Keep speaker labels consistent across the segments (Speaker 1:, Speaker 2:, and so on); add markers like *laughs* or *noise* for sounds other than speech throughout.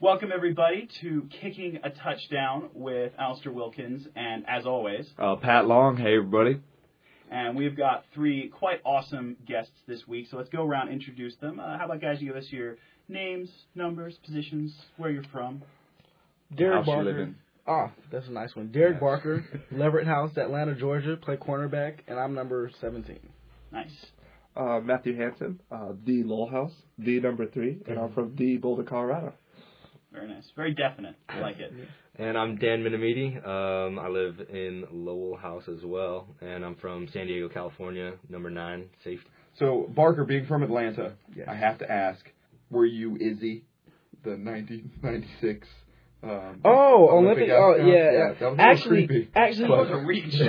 Speaker 1: Welcome, everybody, to Kicking a Touchdown with Alistair Wilkins, and as always,
Speaker 2: Uh, Pat Long, hey everybody.
Speaker 1: and we've got three quite awesome guests this week, so let's go around and introduce them. Uh, how about, guys, you give us your names, numbers, positions, where you're from?
Speaker 3: Derek
Speaker 2: How's she
Speaker 3: Barker.
Speaker 2: living?
Speaker 3: Ah, that's a nice one. Derek
Speaker 2: Yes.
Speaker 3: Barker, Leverett House, Atlanta, Georgia, play cornerback, and I'm number 17.
Speaker 1: Nice.
Speaker 4: uh, Matthew Hansen, uh, the Lowell House, the number three, and I'm from the Boulder, Colorado.
Speaker 1: Very nice. Very definite. I like it.
Speaker 5: And I'm Dan Minamidi. Um, I live in Lowell House as well, and I'm from San Diego, California, number nine safety.
Speaker 6: So Barker, being from Atlanta,
Speaker 3: Yes.
Speaker 6: I have to ask: Were you Izzy, the 1996? Um,
Speaker 3: Oh, Olympic. Oh,
Speaker 6: astronaut?
Speaker 3: yeah.
Speaker 6: that was a little
Speaker 3: actually, *laughs*
Speaker 6: creepy.
Speaker 3: actually,
Speaker 1: That was a
Speaker 6: *laughs*
Speaker 1: reach.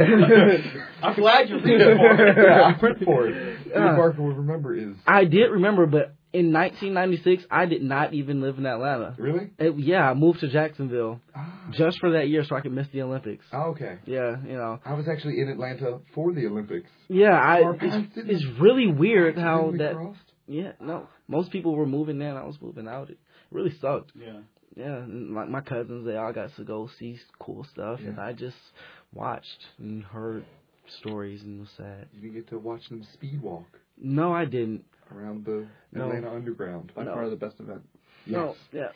Speaker 1: I'm glad you're reaching for
Speaker 3: *laughs*
Speaker 1: it.
Speaker 6: yeah, I went for it. Maybe
Speaker 3: Uh,
Speaker 6: Barker would remember is
Speaker 3: *laughs* I did remember, but in 1996, I did not even live in Atlanta.
Speaker 6: really.
Speaker 3: It- yeah, I moved to Jacksonville
Speaker 6: Ah,
Speaker 3: just for that year so I could miss the Olympics.
Speaker 6: oh, okay.
Speaker 3: Yeah, you know.
Speaker 6: I was actually in Atlanta for the Olympics.
Speaker 3: Yeah, I.
Speaker 6: Our paths
Speaker 3: It's,
Speaker 6: didn't-
Speaker 3: it's really weird how
Speaker 6: Didn't we
Speaker 3: that.
Speaker 6: cross?
Speaker 3: Yeah, no. Most people were moving in, I was moving out. It really sucked.
Speaker 1: Yeah.
Speaker 3: yeah, and like my cousins, they all got to go see cool stuff, and
Speaker 6: Yeah.
Speaker 3: I just watched and heard stories and was sad.
Speaker 6: You didn't get to watch them speed walk
Speaker 3: No, I didn't.
Speaker 6: around the
Speaker 3: No.
Speaker 6: Atlanta Underground.
Speaker 4: By
Speaker 3: No.
Speaker 4: far the best event.
Speaker 3: No, yeah,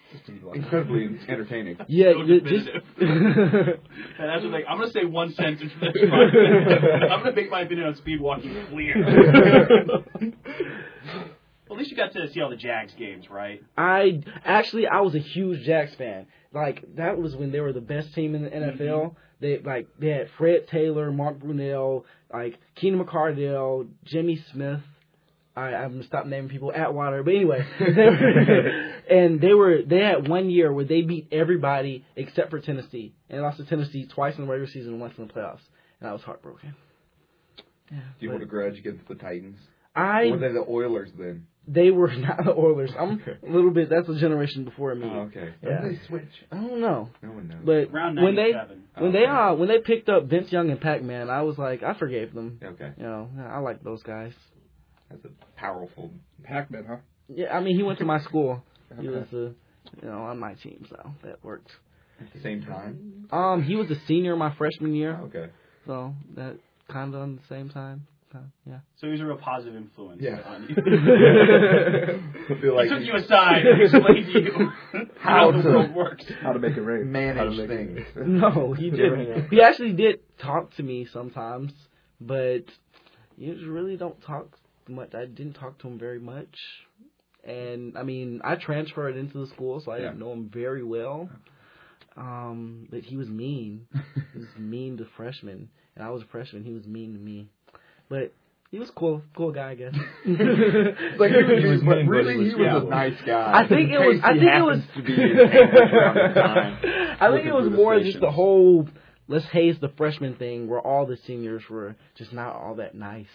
Speaker 6: Incredibly entertaining.
Speaker 3: yeah,
Speaker 1: So
Speaker 3: you just *laughs*
Speaker 1: And that's like, I'm going to say one sentence for this one. I'm going to make my opinion on speed walking
Speaker 3: *laughs*
Speaker 1: clear. well, at least you got to see all the Jags games, right?
Speaker 3: I actually I was a huge Jacks fan. Like that was when they were the best team in the
Speaker 6: Mm-hmm.
Speaker 3: NFL. They like they had Fred Taylor, Mark Brunell, like Keenan McCardell, Jimmy Smith. I, I'm gonna stop naming people Atwater, but anyway, they
Speaker 6: *laughs*
Speaker 3: were, and they were they had one year where they beat everybody except for Tennessee, and lost to Tennessee twice in the regular season and once in the playoffs, and I was heartbroken. Yeah,
Speaker 6: Do you
Speaker 3: but
Speaker 6: hold a grudge against the Titans?
Speaker 3: I
Speaker 6: Were they the Oilers then?
Speaker 3: they were *laughs* not the Oilers. I'm a little bit that's a generation before me.
Speaker 6: Oh, okay.
Speaker 3: Oh, Yeah.
Speaker 6: When did they switch?
Speaker 3: I don't know.
Speaker 6: No one knows. Oh,
Speaker 3: But
Speaker 1: Round
Speaker 3: when they
Speaker 1: 97.
Speaker 3: when they
Speaker 6: Okay.
Speaker 3: uh when they picked up Vince Young and Pac Man, I was like, I forgave them.
Speaker 6: okay,
Speaker 3: You know, I like those guys.
Speaker 6: that's a powerful.
Speaker 4: Pac-Man, huh?
Speaker 3: Yeah, I mean, he went to my school. He was
Speaker 6: Okay.
Speaker 3: uh you know on my team, so that worked.
Speaker 6: At the same time. Oh,
Speaker 3: Um, he was a senior my freshman year, *laughs*
Speaker 6: Okay.
Speaker 3: so that kind of on the same time. So, yeah.
Speaker 1: So he was a real positive influence
Speaker 6: Yeah. *laughs*
Speaker 1: on you.
Speaker 6: I feel
Speaker 1: He
Speaker 6: like
Speaker 1: took you aside
Speaker 6: *laughs*
Speaker 1: and explained to you how,
Speaker 6: How
Speaker 1: the
Speaker 6: to-
Speaker 1: world works.
Speaker 4: How to make
Speaker 6: *laughs*
Speaker 4: it rain. How to
Speaker 6: manage
Speaker 4: make it
Speaker 6: things.
Speaker 3: *laughs* No,
Speaker 6: *laughs*
Speaker 3: he didn't. he actually did talk to me sometimes, but you just really don't talk much. I didn't talk to him very much. And I mean, I transferred into the school, so I didn't know him very well. Um, but he was mean. he was mean to freshmen, and I was a freshman. He was mean to me, but he was cool, cool guy, I guess.
Speaker 6: It's like he was,
Speaker 4: He was
Speaker 6: but
Speaker 4: mean, but
Speaker 6: really
Speaker 4: he was
Speaker 6: he was
Speaker 4: cool.
Speaker 6: a nice guy.
Speaker 3: I think it
Speaker 6: In
Speaker 3: was.
Speaker 6: case
Speaker 3: I
Speaker 6: he
Speaker 3: think it was.
Speaker 6: happens to be in Atlanta
Speaker 3: *laughs*
Speaker 6: around the time.
Speaker 3: I think
Speaker 6: looking
Speaker 3: it
Speaker 6: for
Speaker 3: was
Speaker 6: the
Speaker 3: more just
Speaker 6: stations.
Speaker 3: the whole let's haze the freshman thing, where all the seniors were just not all that nice.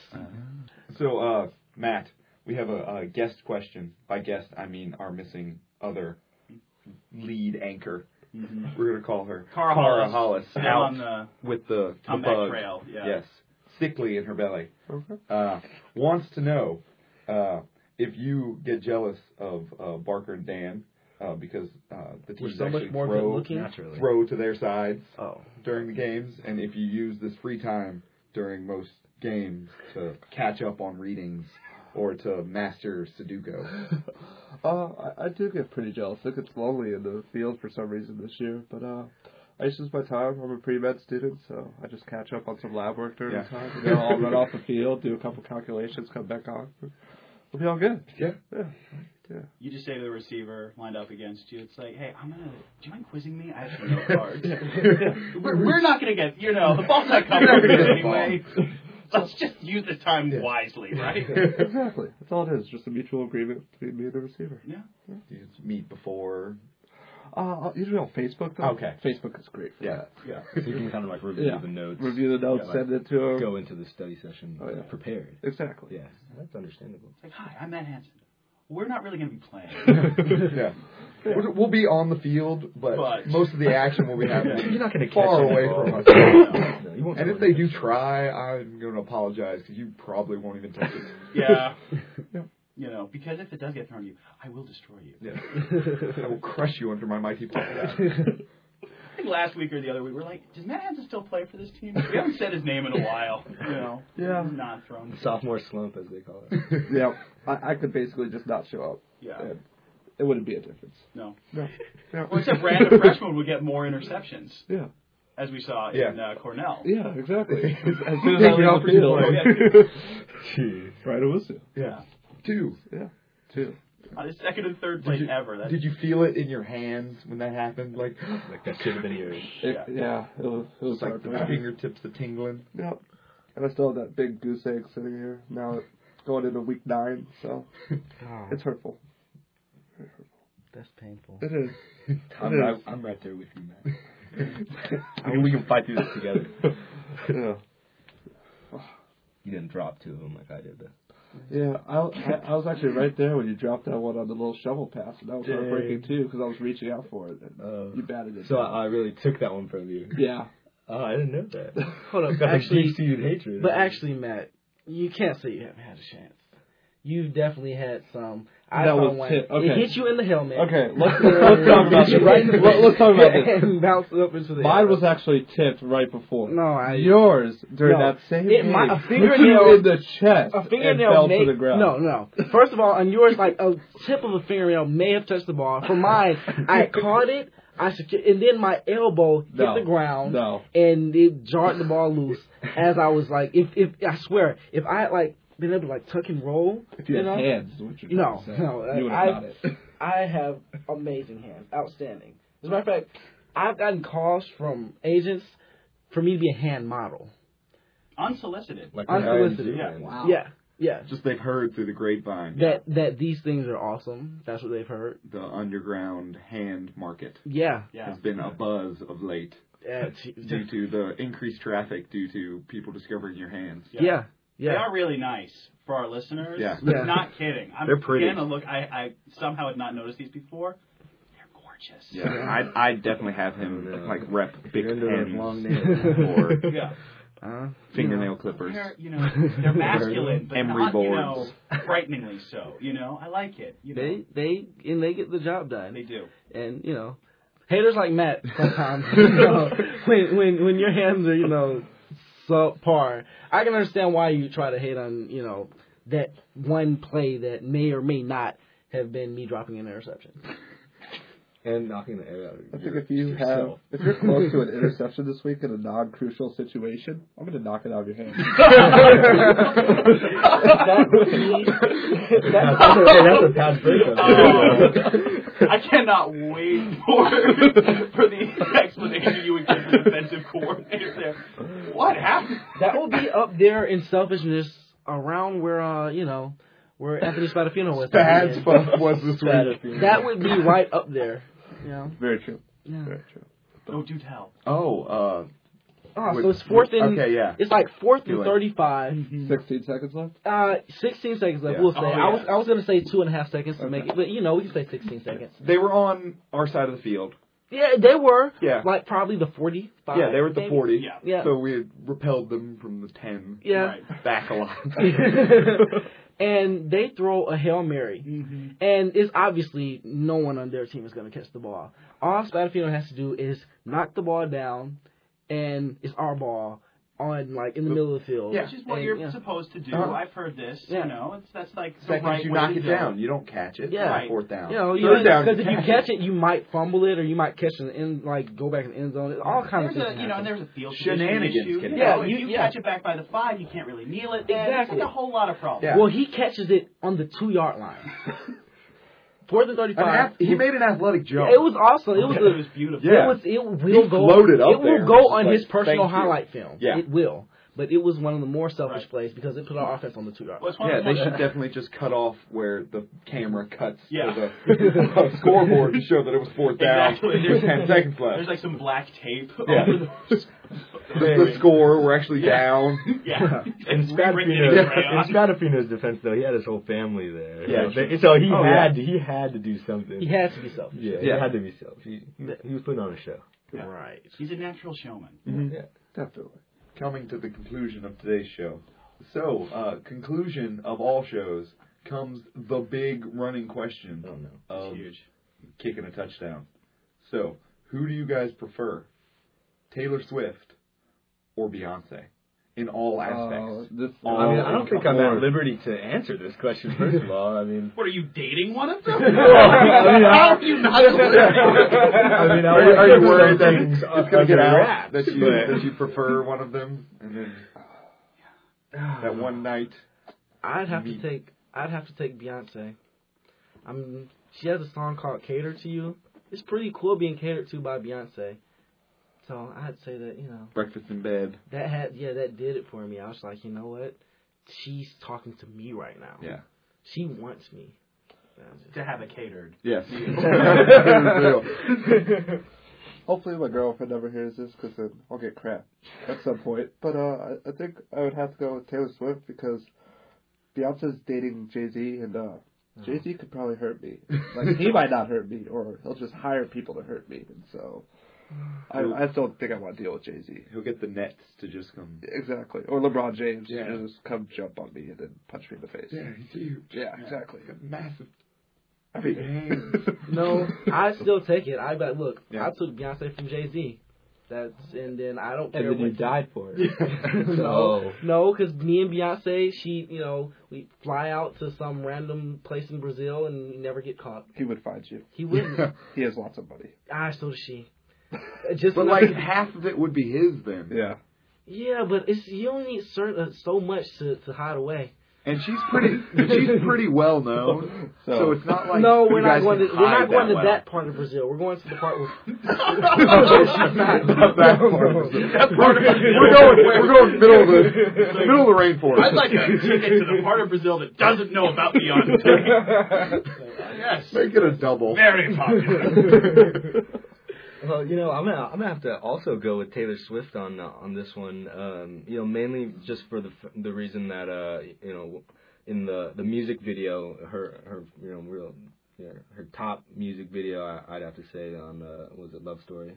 Speaker 6: So, uh, Matt, we have a, uh guest question. By guest, I mean our missing other lead anchor. We're gonna call her
Speaker 1: Cara
Speaker 6: Cara
Speaker 1: Mm-hmm. Hollis.
Speaker 6: Hollis
Speaker 1: Still
Speaker 6: out
Speaker 1: on the
Speaker 6: with the, the
Speaker 1: comeback
Speaker 6: bug.
Speaker 1: trail. Yeah.
Speaker 6: Yes, sickly in her belly.
Speaker 4: Okay.
Speaker 6: Uh, wants to know uh, if you get jealous of uh, Barker and Dan uh, because uh, the
Speaker 3: We're
Speaker 6: teams
Speaker 3: so much
Speaker 6: actually
Speaker 3: more good
Speaker 6: throw
Speaker 3: looking.
Speaker 5: Naturally.
Speaker 6: throw to their sides
Speaker 3: Oh,
Speaker 6: during the games, and if you use this free time during most games to catch up on readings or to master Sudoku.
Speaker 1: *gasps*
Speaker 4: Uh, I, I do get pretty jealous. It gets lonely in the field for some reason this year, but uh, I just use my time. I'm a pre-med student, so I just catch up on some lab work during
Speaker 6: Yeah.
Speaker 4: the time. You know, I'll run off the field, do a couple calculations, come back on. We'll be all good.
Speaker 6: Yeah.
Speaker 4: Yeah.
Speaker 1: You just say to the receiver lined up against you, it's like, hey, I'm gonna. Do you mind quizzing me? I actually
Speaker 6: *laughs*
Speaker 1: know cards. we're, we're *laughs* not gonna get. You know, the ball's not coming
Speaker 6: We're
Speaker 1: over
Speaker 6: not gonna
Speaker 1: here
Speaker 6: get the *laughs*
Speaker 1: anyway. Let's just use this time
Speaker 6: Yeah.
Speaker 1: wisely, right?
Speaker 6: *laughs*
Speaker 4: Exactly. That's all it is. Just a mutual agreement between me and the receiver.
Speaker 1: Yeah.
Speaker 6: You just meet before.
Speaker 4: Uh, usually on Facebook though.
Speaker 6: Okay.
Speaker 4: Facebook is great.
Speaker 1: *laughs*
Speaker 4: for
Speaker 6: Yeah.
Speaker 4: that.
Speaker 6: Yeah.
Speaker 5: So you can kind of like review
Speaker 4: Yeah.
Speaker 5: the notes,
Speaker 4: Review the notes,
Speaker 5: Yeah, like,
Speaker 4: send it to 'em.
Speaker 5: go into the study session
Speaker 4: Oh, yeah.
Speaker 5: prepared.
Speaker 4: Exactly.
Speaker 5: Yeah, that's understandable.
Speaker 1: It's like, hi, I'm Matt Hansen. We're not really gonna be playing.
Speaker 6: *laughs* yeah. We'll- We'll be on the field, but,
Speaker 1: But-
Speaker 6: most of the action will
Speaker 1: *laughs*
Speaker 6: be happening.
Speaker 5: You're not going to catch
Speaker 6: far
Speaker 5: the
Speaker 6: away
Speaker 5: ball.
Speaker 6: from us.
Speaker 5: *laughs* No, you won't
Speaker 6: and
Speaker 5: be
Speaker 6: if
Speaker 5: able to
Speaker 6: they do
Speaker 5: catch
Speaker 1: *laughs*
Speaker 5: it.
Speaker 6: try, I'm going to apologize because you probably won't even touch it.
Speaker 1: yeah. You know, because if it does get thrown at you, I will destroy you.
Speaker 6: Yeah. I will crush you under my mighty paw.
Speaker 1: *laughs* I think last week or the other week, we were like, does Matt Hansen still play for this team? We haven't said his name in a while. You know,
Speaker 4: Yeah.
Speaker 1: not thrown.
Speaker 5: Sophomore slump, as they call it. *laughs*
Speaker 4: yeah, I, I could basically just not show up.
Speaker 1: Yeah,
Speaker 4: And it wouldn't be a difference.
Speaker 1: no.
Speaker 4: *laughs* Yeah.
Speaker 1: Well, except random freshmen would get more interceptions.
Speaker 4: Yeah.
Speaker 1: as we saw in
Speaker 6: Yeah.
Speaker 1: uh, Cornell.
Speaker 4: Yeah, exactly. *laughs* as
Speaker 6: soon as I leave the
Speaker 4: Oh,
Speaker 6: field,
Speaker 4: *laughs* Jeez. Right, it was
Speaker 1: Yeah.
Speaker 6: Two.
Speaker 4: Yeah.
Speaker 6: Two.
Speaker 1: Uh, the second and third place
Speaker 6: you-
Speaker 1: ever. That's,
Speaker 6: Did you feel it in your hands when that happened? Like, *gasps*
Speaker 5: Like that should have been yours.
Speaker 4: It, yeah. it was, it was
Speaker 6: it's like
Speaker 4: hard
Speaker 6: the
Speaker 4: to
Speaker 6: fingertips, the tingling.
Speaker 4: Yeah. And I still have that big goose egg sitting here now, going into week nine, so
Speaker 3: Oh,
Speaker 4: it's hurtful.
Speaker 3: that's painful.
Speaker 4: It is.
Speaker 5: I'm,
Speaker 4: It is.
Speaker 5: right, I'm right there with you, man.
Speaker 6: *laughs*
Speaker 5: I mean, we can fight through this together.
Speaker 4: *laughs* Yeah.
Speaker 5: You didn't drop two of them like I did. Though.
Speaker 4: Yeah, I, I, I was actually right there when you dropped that one on the little shovel pass, and that was
Speaker 5: Dang.
Speaker 4: heartbreaking too because I was reaching out for it. And uh,
Speaker 5: Oh.
Speaker 4: you batted it.
Speaker 5: So
Speaker 3: uh,
Speaker 5: I, I really took that one from you.
Speaker 4: yeah,
Speaker 5: Oh, I didn't know that.
Speaker 3: Hold up,
Speaker 5: Got the
Speaker 3: actually,
Speaker 5: deep-seated hatred.
Speaker 3: but actually, Matt, you can't say you haven't had a chance. You've definitely had some. I
Speaker 4: That
Speaker 3: saw
Speaker 4: was
Speaker 3: one.
Speaker 4: hit- okay.
Speaker 3: It hit you in the helmet. *laughs*
Speaker 4: Okay, let's-
Speaker 3: Uh,
Speaker 4: let's talk about
Speaker 3: hit you
Speaker 4: this.
Speaker 3: Right in the
Speaker 4: Let- let's talk about
Speaker 3: face *laughs*
Speaker 4: this.
Speaker 3: And bounced up into the air.
Speaker 4: mine was actually tipped right before.
Speaker 3: No, I-
Speaker 4: yours during
Speaker 3: No.
Speaker 4: that same.
Speaker 3: It might-
Speaker 4: inning
Speaker 3: a
Speaker 4: hit
Speaker 3: fingernail-
Speaker 4: you in the chest.
Speaker 3: a
Speaker 4: and
Speaker 3: fingernail
Speaker 4: fell
Speaker 3: may
Speaker 4: to the ground.
Speaker 3: no no. First of all, on yours, like a tip of a fingernail may have touched the ball. For mine, I
Speaker 4: *laughs*
Speaker 3: caught it. I secu- and then my elbow hit
Speaker 4: No.
Speaker 3: the ground.
Speaker 4: No.
Speaker 3: and it jarred the ball
Speaker 4: *laughs*
Speaker 3: loose as I was like, if if I swear, if I had like been able to like tuck and roll,
Speaker 4: If
Speaker 3: you
Speaker 4: you had
Speaker 3: know,
Speaker 4: hands, is what you're
Speaker 3: No,
Speaker 4: trying to say,
Speaker 3: no, I-
Speaker 4: you would have
Speaker 3: I-
Speaker 4: got it.
Speaker 3: I have amazing hands, outstanding. As a matter of fact, I've gotten calls from agents for me to be a hand model.
Speaker 1: unsolicited.
Speaker 5: like
Speaker 3: Unsolicited.
Speaker 5: Yeah.
Speaker 4: Wow.
Speaker 3: Yeah, yeah.
Speaker 6: Just they've heard through the grapevine
Speaker 3: That that these things are awesome. That's what they've heard.
Speaker 6: the underground hand market
Speaker 3: Yeah.
Speaker 1: Yeah.
Speaker 6: has been a buzz of late
Speaker 3: Yeah. t-
Speaker 6: due to the increased traffic due to people discovering your hands.
Speaker 1: Yeah.
Speaker 3: Yeah.
Speaker 1: They
Speaker 3: Yeah.
Speaker 1: are really nice for our listeners.
Speaker 6: Yeah.
Speaker 3: Yeah.
Speaker 1: Not kidding. I'm
Speaker 5: They're pretty.
Speaker 1: Again, look, I, I somehow had not noticed these before. They're gorgeous.
Speaker 6: Yeah, I I definitely have him
Speaker 5: Yeah.
Speaker 6: like rep big
Speaker 5: You're into those
Speaker 6: pens *laughs*
Speaker 4: *laughs*
Speaker 5: long
Speaker 6: or
Speaker 5: nails.
Speaker 1: Yeah.
Speaker 3: Uh,
Speaker 6: fingernail clippers. *laughs*
Speaker 1: They're, you know, they're masculine, but
Speaker 6: Emery
Speaker 1: not, you know,
Speaker 6: boards.
Speaker 1: frighteningly so. You know, I like it. You know,
Speaker 3: They they and they get the job done.
Speaker 1: they do.
Speaker 3: and you know, haters like Matt *laughs* sometimes. you know, when when when your hands are you know subpar, I can understand why you try to hate on you know that one play that may or may not have been me dropping an interception.
Speaker 5: And knocking the air out of
Speaker 4: I think
Speaker 5: your-
Speaker 4: if you have,
Speaker 5: yourself.
Speaker 4: if you're close
Speaker 5: *laughs*
Speaker 4: to an interception this week in a non-crucial situation, I'm going to knock it out of
Speaker 3: *laughs*
Speaker 4: your hand.
Speaker 3: That would
Speaker 4: *laughs*
Speaker 3: be-
Speaker 5: *laughs* that's, that's, a, that's a *laughs* bad breakup.
Speaker 1: Oh. I cannot wait for *laughs* for the explanation you would give the defensive coordinator there. What happened?
Speaker 3: that will *laughs* be up there in selfishness around where uh you know where Anthony Spadafino was.
Speaker 6: Bad stuff was this week.
Speaker 3: That would be right up *laughs* there. You know?
Speaker 4: Very true.
Speaker 3: Yeah.
Speaker 4: Very true.
Speaker 1: No, do tell.
Speaker 6: Oh, uh,
Speaker 3: Oh,
Speaker 6: Would-
Speaker 3: so it's fourth and
Speaker 6: okay, yeah.
Speaker 3: it's like fourth
Speaker 6: Do
Speaker 3: and
Speaker 6: it.
Speaker 3: thirty-five.
Speaker 1: Mm-hmm.
Speaker 4: 16 seconds left.
Speaker 3: Uh, sixteen seconds left.
Speaker 6: Yeah.
Speaker 3: We'll say.
Speaker 1: Oh,
Speaker 3: I was
Speaker 1: yeah.
Speaker 3: I was gonna say two and a half seconds to
Speaker 4: Okay.
Speaker 3: make it, but you know we can say sixteen seconds.
Speaker 6: They were on our side of the field.
Speaker 3: Yeah, they were.
Speaker 6: Yeah.
Speaker 3: Like probably the forty-five.
Speaker 6: yeah, they were at the
Speaker 3: maybe.
Speaker 6: 40.
Speaker 1: Yeah.
Speaker 3: Yeah.
Speaker 6: So we had repelled them from the 10
Speaker 3: Yeah.
Speaker 1: Right.
Speaker 6: back a
Speaker 3: *laughs*
Speaker 6: lot.
Speaker 3: and they throw a hail mary,
Speaker 1: Mm-hmm.
Speaker 3: and it's obviously no one on their team is gonna catch the ball. All Spadafino has to do is knock the ball down, and it's our ball on like in the middle of the field.
Speaker 6: Yeah.
Speaker 1: Which is what
Speaker 3: And,
Speaker 1: you're
Speaker 3: yeah.
Speaker 1: supposed to do.
Speaker 6: Uh-huh.
Speaker 1: I've heard this.
Speaker 3: Yeah.
Speaker 1: You know, it's that's like the
Speaker 6: Second,
Speaker 1: right
Speaker 6: you
Speaker 1: way
Speaker 6: knock
Speaker 1: to
Speaker 6: it
Speaker 1: do
Speaker 6: down. You don't catch it.
Speaker 3: Yeah.
Speaker 6: It's Fourth down.
Speaker 3: You know, you
Speaker 6: Third down.
Speaker 3: because if you catch it, you might fumble it, or you might catch an end, like go back in the end zone. It's All kinds
Speaker 1: There's
Speaker 3: of
Speaker 1: a,
Speaker 3: things.
Speaker 1: you know,
Speaker 3: happen.
Speaker 1: and there's a field
Speaker 6: Shenanigans
Speaker 1: condition issue.
Speaker 6: can
Speaker 1: You
Speaker 3: happen.
Speaker 1: know,
Speaker 3: Yeah,
Speaker 1: if
Speaker 3: you-
Speaker 1: you
Speaker 3: yeah.
Speaker 1: catch it back by the five, you can't really kneel it. Then.
Speaker 3: Exactly.
Speaker 1: It's like a whole lot of problems.
Speaker 6: Yeah.
Speaker 3: Well, he catches it on the two
Speaker 6: *laughs*
Speaker 3: yard line. Fourth and
Speaker 6: An
Speaker 3: thirty-five.
Speaker 6: ath- he made an athletic jump.
Speaker 3: It was awesome. It was.
Speaker 1: it
Speaker 3: A,
Speaker 1: was beautiful.
Speaker 6: Yeah.
Speaker 3: It was. It will
Speaker 6: He
Speaker 3: go.
Speaker 6: floated up
Speaker 3: it will
Speaker 6: there. It's
Speaker 3: go
Speaker 6: just
Speaker 3: on
Speaker 6: like,
Speaker 3: his personal
Speaker 6: thank you.
Speaker 3: highlight film.
Speaker 6: Yeah.
Speaker 3: It will. But it was one of the more selfish
Speaker 1: Right.
Speaker 3: plays because it put our offense on the two yard
Speaker 1: Well, it's one
Speaker 3: line.
Speaker 6: Yeah,
Speaker 1: of the
Speaker 6: they should
Speaker 1: ones-
Speaker 6: definitely just cut off where the camera cuts
Speaker 1: Yeah.
Speaker 6: to the *laughs* scoreboard to show that it was fourth down
Speaker 1: Exactly.
Speaker 6: with ten seconds
Speaker 1: There's
Speaker 6: left.
Speaker 1: like some black tape *laughs*
Speaker 6: Yeah.
Speaker 1: over
Speaker 3: *laughs*
Speaker 1: the.
Speaker 6: the score, we're actually down.
Speaker 1: *laughs* Yeah.
Speaker 5: *laughs* In
Speaker 1: It's rewritten in
Speaker 5: Spadafino's,
Speaker 1: crayon.
Speaker 5: in Spadafino's defense, though, he had his whole family there.
Speaker 6: Yeah,
Speaker 5: so, they- so he
Speaker 6: Oh,
Speaker 5: had to, he had to do something.
Speaker 3: He has to be selfish.
Speaker 5: yeah,
Speaker 6: Yeah.
Speaker 5: he had to be self. He, he, he was putting on a show.
Speaker 1: Yeah.
Speaker 3: Right.
Speaker 1: He's a natural showman.
Speaker 5: Yeah.
Speaker 4: Definitely.
Speaker 6: Coming to the conclusion of today's show. So, uh, conclusion of all shows. comes the big running question
Speaker 5: Oh no.
Speaker 6: of
Speaker 1: huge.
Speaker 6: kicking a touchdown. So, who do you guys prefer, Taylor Swift or Beyonce, in all *laughs*
Speaker 4: Uh,
Speaker 6: aspects?
Speaker 4: this,
Speaker 6: Oh,
Speaker 5: I mean, I don't think I'm
Speaker 4: Lord.
Speaker 5: at liberty to answer this question. First of all, I *laughs* mean,
Speaker 1: What are you dating one of
Speaker 5: *laughs*
Speaker 1: them?
Speaker 5: I mean,
Speaker 1: How
Speaker 5: *laughs*
Speaker 1: are you not
Speaker 5: I mean, I
Speaker 6: Are you-
Speaker 5: wanna
Speaker 6: are you
Speaker 5: keep
Speaker 6: worried
Speaker 5: some
Speaker 6: that
Speaker 5: things
Speaker 6: it's gonna
Speaker 5: under
Speaker 6: get out
Speaker 5: wraps,
Speaker 6: that you
Speaker 5: but-
Speaker 6: that you prefer one of them, and *sighs* then that one night.
Speaker 3: I'd have
Speaker 6: Me.
Speaker 3: to take I'd have to take Beyonce. I mean, she has a song called "Cater to You." It's pretty cool being catered to by Beyonce. So I'd say that you know
Speaker 6: Breakfast in bed.
Speaker 3: that had yeah that did it for me. I was like, you know what? She's talking to me right now.
Speaker 6: Yeah.
Speaker 3: She wants me.
Speaker 1: to have it catered?
Speaker 6: Yes. *laughs*
Speaker 4: Hopefully, my girlfriend never hears this because then I'll get crap at some point. But uh, I, I think I would have to go with Taylor Swift because Beyonce's dating Jay Z, and uh, Jay Z could probably hurt me. Like he might not hurt me, or he'll just hire people to hurt me. And so, I, I just don't think I want to deal with Jay Z.
Speaker 6: He'll get the Nets to just come.
Speaker 4: Exactly, or LeBron James
Speaker 6: Yeah.
Speaker 4: to just come jump on me and then punch me in the face.
Speaker 6: Yeah, he's huge.
Speaker 4: Yeah, exactly.
Speaker 6: He's got *laughs* massive.
Speaker 4: I mean, *laughs*
Speaker 3: No, I'd still take it. I'd be like, look,
Speaker 6: Yeah.
Speaker 3: I took Beyonce from Jay Z. That's and then I don't care.
Speaker 7: And then you
Speaker 3: what-
Speaker 7: died for it.
Speaker 3: no, no, because me and Beyonce, she, you know, we fly out to some random place in Brazil and we never get caught.
Speaker 4: he would find you.
Speaker 7: *laughs*
Speaker 3: He wouldn't.
Speaker 4: He has lots
Speaker 6: *laughs*
Speaker 4: of money.
Speaker 3: ah, so does she. Uh, Just
Speaker 6: But
Speaker 3: enough-
Speaker 6: like half of it would be his then.
Speaker 4: Yeah,
Speaker 3: *laughs* yeah, but it's you only need certain, uh, so much to, to hide away.
Speaker 6: And she's pretty. she's pretty well known. So,
Speaker 4: So-
Speaker 6: it's
Speaker 4: *laughs*
Speaker 6: not like
Speaker 3: no,
Speaker 6: you
Speaker 3: we're not
Speaker 6: guys
Speaker 3: going to
Speaker 6: can
Speaker 3: we're not
Speaker 6: hide
Speaker 3: going to
Speaker 6: well.
Speaker 3: that part of Brazil. We're going to the part where
Speaker 6: *laughs* that part. of the- That part of it. We're going. We're going middle *laughs* of the middle of the rainforest.
Speaker 1: I'd like a ticket to the part of Brazil that doesn't know about
Speaker 5: *laughs*
Speaker 1: Beyonce. uh, yes,
Speaker 6: Make it a double. *laughs*
Speaker 1: very popular.
Speaker 5: Well, you know, I'm gonna I'm gonna have to also go with Taylor Swift on uh, on this one. Um, you know, mainly just for the f- the reason that uh, you know, in the the music video, her her you know real yeah, her top music video, I, I'd have to say on uh, was it Love Story?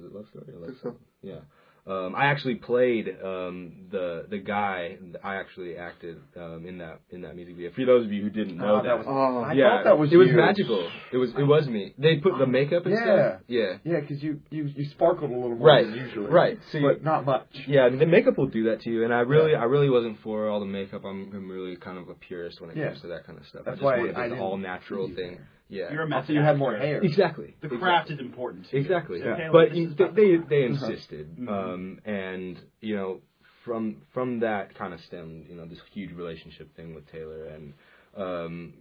Speaker 5: Was it Love Story? Or Love
Speaker 4: Think so.
Speaker 5: Story? Yeah. Um, I actually played um, the the guy. I actually acted um, in that in that music video. For those of you who didn't know
Speaker 6: Oh, that was-
Speaker 4: Oh.
Speaker 6: I
Speaker 5: yeah,
Speaker 6: thought that was
Speaker 5: it was
Speaker 6: you.
Speaker 5: magical. It was it was me. They put the makeup and
Speaker 6: Yeah.
Speaker 5: stuff. Yeah.
Speaker 6: Yeah, because you, you you sparkled a little more
Speaker 5: Right.
Speaker 6: than usually.
Speaker 5: Right. So you,
Speaker 6: But not much.
Speaker 5: yeah, the makeup will do that to you. And I really I really wasn't for all the makeup. I'm, I'm really kind of a purist when it
Speaker 6: Yeah.
Speaker 5: comes to that kind of stuff. I
Speaker 6: That's
Speaker 5: just
Speaker 6: why
Speaker 5: wanted
Speaker 6: I
Speaker 5: this
Speaker 6: didn't
Speaker 5: all natural
Speaker 6: see you
Speaker 5: thing.
Speaker 6: there.
Speaker 5: Yeah.
Speaker 1: You're a mess.
Speaker 6: So you had more hair.
Speaker 5: exactly.
Speaker 1: The craft is important. to you.
Speaker 5: Exactly.
Speaker 1: It's okay, like,
Speaker 5: But
Speaker 1: this
Speaker 5: you,
Speaker 1: is
Speaker 5: they,
Speaker 1: about
Speaker 5: they
Speaker 1: the craft.
Speaker 5: they
Speaker 6: Uh-huh.
Speaker 5: insisted,
Speaker 6: Mm-hmm.
Speaker 1: Mhm.
Speaker 5: um, and you know from from that kind of stemmed you know this huge relationship thing with Taylor, and um,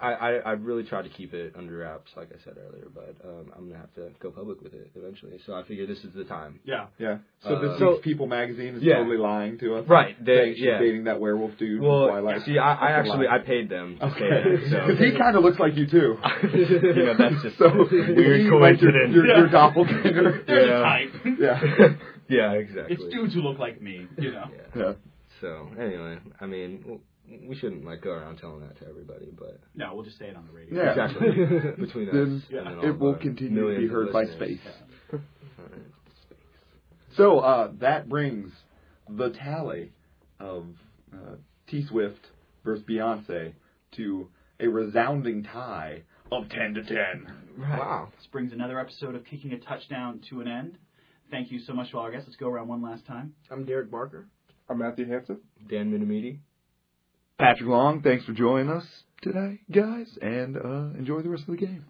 Speaker 5: I, I I really tried to keep it under wraps, like I said earlier, but um, I'm gonna have to go public with it eventually. So I figure this is the time.
Speaker 1: Yeah.
Speaker 6: Yeah. So this
Speaker 5: Uh,
Speaker 6: week's
Speaker 5: so-
Speaker 6: People magazine is
Speaker 5: Yeah.
Speaker 6: totally lying to us.
Speaker 5: Right. They,
Speaker 6: Saying she's
Speaker 5: yeah.
Speaker 6: dating that werewolf dude. in
Speaker 5: Well,
Speaker 6: Twilight.
Speaker 5: see, I, I
Speaker 6: That's a
Speaker 5: actually
Speaker 6: lie.
Speaker 5: I paid them to say
Speaker 6: Okay. *laughs*
Speaker 5: that.
Speaker 6: Because
Speaker 5: So.
Speaker 6: he kind of looks like you too.
Speaker 5: *laughs* you know, that's just
Speaker 6: *laughs* so
Speaker 5: weird
Speaker 6: he might be
Speaker 5: coincidence.
Speaker 6: Your, your, your
Speaker 1: Yeah.
Speaker 6: doppelganger.
Speaker 1: They're
Speaker 5: *laughs*
Speaker 1: *laughs*
Speaker 5: Yeah.
Speaker 1: the type.
Speaker 6: *laughs* yeah.
Speaker 5: *laughs*
Speaker 6: *laughs*
Speaker 5: yeah, exactly.
Speaker 1: It's dudes who look like me, you know.
Speaker 5: Yeah.
Speaker 6: Yeah.
Speaker 5: So anyway, I mean, w- we shouldn't like go around telling that to everybody, but
Speaker 1: No, we'll just say it on the radio.
Speaker 6: Yeah. *laughs*
Speaker 5: exactly between us,
Speaker 6: Then
Speaker 5: and then all
Speaker 6: it will
Speaker 5: the
Speaker 6: continue to be
Speaker 5: millions of
Speaker 6: heard by
Speaker 5: listeners.
Speaker 6: space.
Speaker 5: All right.
Speaker 6: So uh, that brings the tally of uh, T Swift versus Beyonce to a resounding tie of ten to ten.
Speaker 5: Wow.
Speaker 1: This brings another episode of Kicking a Touchdown to an end. Thank you so much to all our guests. Let's go around one last time.
Speaker 3: I'm Derek Barker.
Speaker 4: I'm Matthew Hansen.
Speaker 5: Dan Minamidi.
Speaker 6: Patrick Long, thanks for joining us today, guys, and uh, enjoy the rest of the game.